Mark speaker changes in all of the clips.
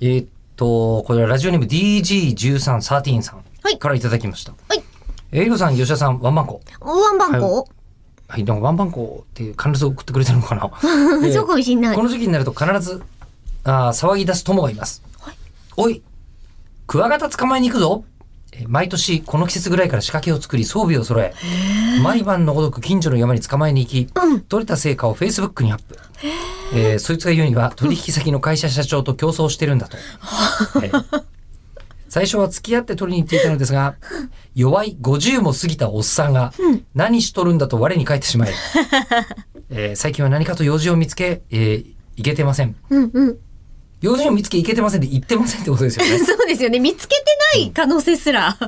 Speaker 1: えーっと、これはラジオネーム DG1313 さ
Speaker 2: はい
Speaker 1: んからいただきました。
Speaker 2: はい。
Speaker 1: えりこさん、吉田さん、ワンバンコ。
Speaker 2: ワンバン コ、
Speaker 1: はい、なんかワンバンコっていう関連を送ってくれてるのかな、えー
Speaker 2: そうかもしんない
Speaker 1: こ。の時期になると必ず、あー騒ぎ出す友がいます。おい、クワガタ捕まえに行くぞえー毎年この季節ぐらいから仕掛けを作り装備を揃え、毎晩のごとく近所の山に捕まえに行き、取れた成果を Facebook にアップ。えーそいつが言うには取引先の会社社長と競争してるんだと。えー最初は付き合って取りに行っていたのですが、弱い50も過ぎたおっさんが、何しとるんだと我に返ってしまい、えー最近は何かと用事を見つけ、えー、いけてません。
Speaker 2: うんうん。
Speaker 1: 用事を見つけいけてませんって言ってませんってことですよね。
Speaker 2: そうですよね。見つけてない可能性すら。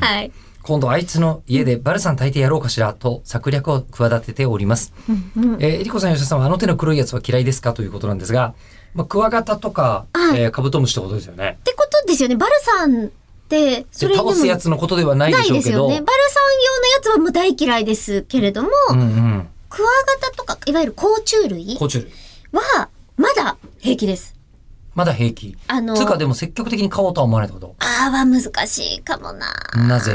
Speaker 2: はい。
Speaker 1: 今度あいつの家でバルさん炊いてやろうかしらと策略を企てております。えーえりこさん吉田さんはあの手の黒いやつは嫌いですかということなんですが、まあ、クワガタとか、
Speaker 2: はい
Speaker 1: えーカブトムシってことですよね。
Speaker 2: ってことですよね。バルさんって、そ
Speaker 1: で
Speaker 2: れでも
Speaker 1: 倒すやつのことではないで
Speaker 2: ない
Speaker 1: しょ
Speaker 2: で
Speaker 1: う
Speaker 2: す
Speaker 1: けど。
Speaker 2: よね。バルさん用のやつはもう大嫌いですけれども、
Speaker 1: うんうん。
Speaker 2: クワガタとか、いわゆる甲虫類
Speaker 1: 甲虫類。
Speaker 2: は、まだ平気です。
Speaker 1: まだ平気。
Speaker 2: あの
Speaker 1: つうかでも積極的に買おうとは思わないってこと。
Speaker 2: あーは難しいかもな。
Speaker 1: なぜ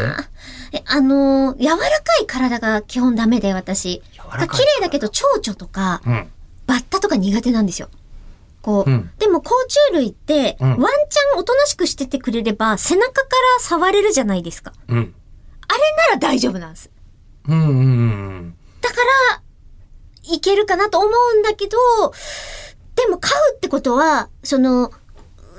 Speaker 2: え、あのー柔らかい体が基本ダメで、私。
Speaker 1: 柔らかい体
Speaker 2: 綺麗だけど、蝶々とか、
Speaker 1: うん。
Speaker 2: バッタとか苦手なんですよ。こう。
Speaker 1: うん
Speaker 2: でも、甲虫類って、
Speaker 1: うん
Speaker 2: ワンチャンおとなしくしててくれれば、背中から触れるじゃないですか。
Speaker 1: うん。
Speaker 2: あれなら大丈夫なんです。
Speaker 1: うんうんうん
Speaker 2: だから、いけるかなと思うんだけど、でも、飼うってことは、その、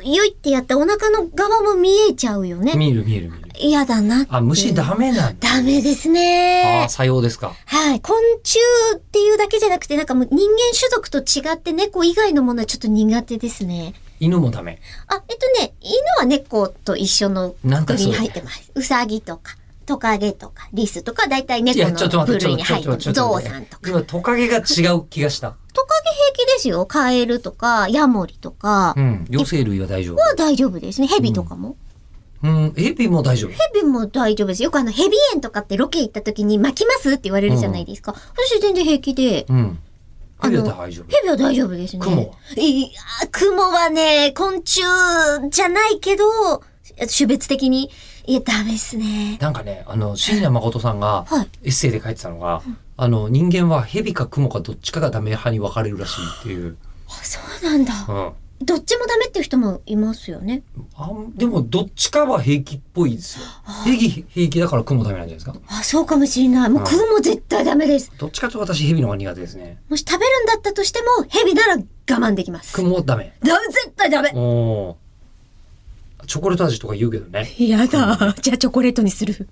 Speaker 2: よいってやったお腹の側も見えちゃうよ
Speaker 1: うん。
Speaker 2: ね。
Speaker 1: 見る見る見る。
Speaker 2: 嫌だなって。
Speaker 1: あ、虫ダメなんだ。
Speaker 2: ダメです
Speaker 1: あ
Speaker 2: ね
Speaker 1: あ、。さようですか。
Speaker 2: はい。昆虫っていうだけじゃなくて、なんかもう人間種族と違って猫以外のものはちょっと苦手ですね。
Speaker 1: 犬もダメ。
Speaker 2: あ、えっとね、犬は猫と一緒の
Speaker 1: なんだ
Speaker 2: 部類に
Speaker 1: それ
Speaker 2: 入ってます。ウサギとか、トカゲとか、リスとか、だいたい猫
Speaker 1: いや、ちょっと
Speaker 2: の
Speaker 1: 待っ
Speaker 2: 部
Speaker 1: て、ちょ
Speaker 2: 類
Speaker 1: っ
Speaker 2: に
Speaker 1: と待
Speaker 2: 入
Speaker 1: っ、
Speaker 2: ってて
Speaker 1: ちょっ
Speaker 2: ます。
Speaker 1: と待っ
Speaker 2: ゾウ
Speaker 1: て
Speaker 2: さんとか。
Speaker 1: 今、トカゲが違う気がした。
Speaker 2: トカゲ平気ですよ。カエルとか、ヤモリとか
Speaker 1: う、ん。両生類は大丈夫。
Speaker 2: は大丈夫ですね。ヘビとかも。
Speaker 1: うん。エビも大丈夫。
Speaker 2: ヘビも大丈夫です。よくあの、ヘビ園とかってロケ行った時に巻きますって言われるじゃないですか。私全然平気で。
Speaker 1: うん。エビは
Speaker 2: あの
Speaker 1: 大丈夫。
Speaker 2: ヘビは大丈夫ですね。
Speaker 1: クモはい
Speaker 2: や、クモはね、昆虫じゃないけど、種別的に。いや、ダメっすね。
Speaker 1: なんかね、あの、椎名誠さんが
Speaker 2: は
Speaker 1: エ
Speaker 2: い、
Speaker 1: ッセイで書いてたのが、あの、人間はヘビかクモかどっちかがダメ派に分かれるらしいっていう。
Speaker 2: あ、そうなんだ。
Speaker 1: うん。
Speaker 2: どっちもダメっていう人もいますよね。
Speaker 1: あんでも、どっちかは平気っぽいですよ。ヘビ平気だからクモダメなんじゃないですか。
Speaker 2: あ、そうかもしれない。もう
Speaker 1: うん
Speaker 2: クモ絶対ダメです。
Speaker 1: どっちかというと私ヘビの方が苦手ですね。
Speaker 2: もし食べるんだったとしても、ヘビなら我慢できます。
Speaker 1: クモダメ。
Speaker 2: ダメ、絶対ダメ。
Speaker 1: おーチョコレート味とか言うけどね。
Speaker 2: やだ。じゃあチョコレートにする。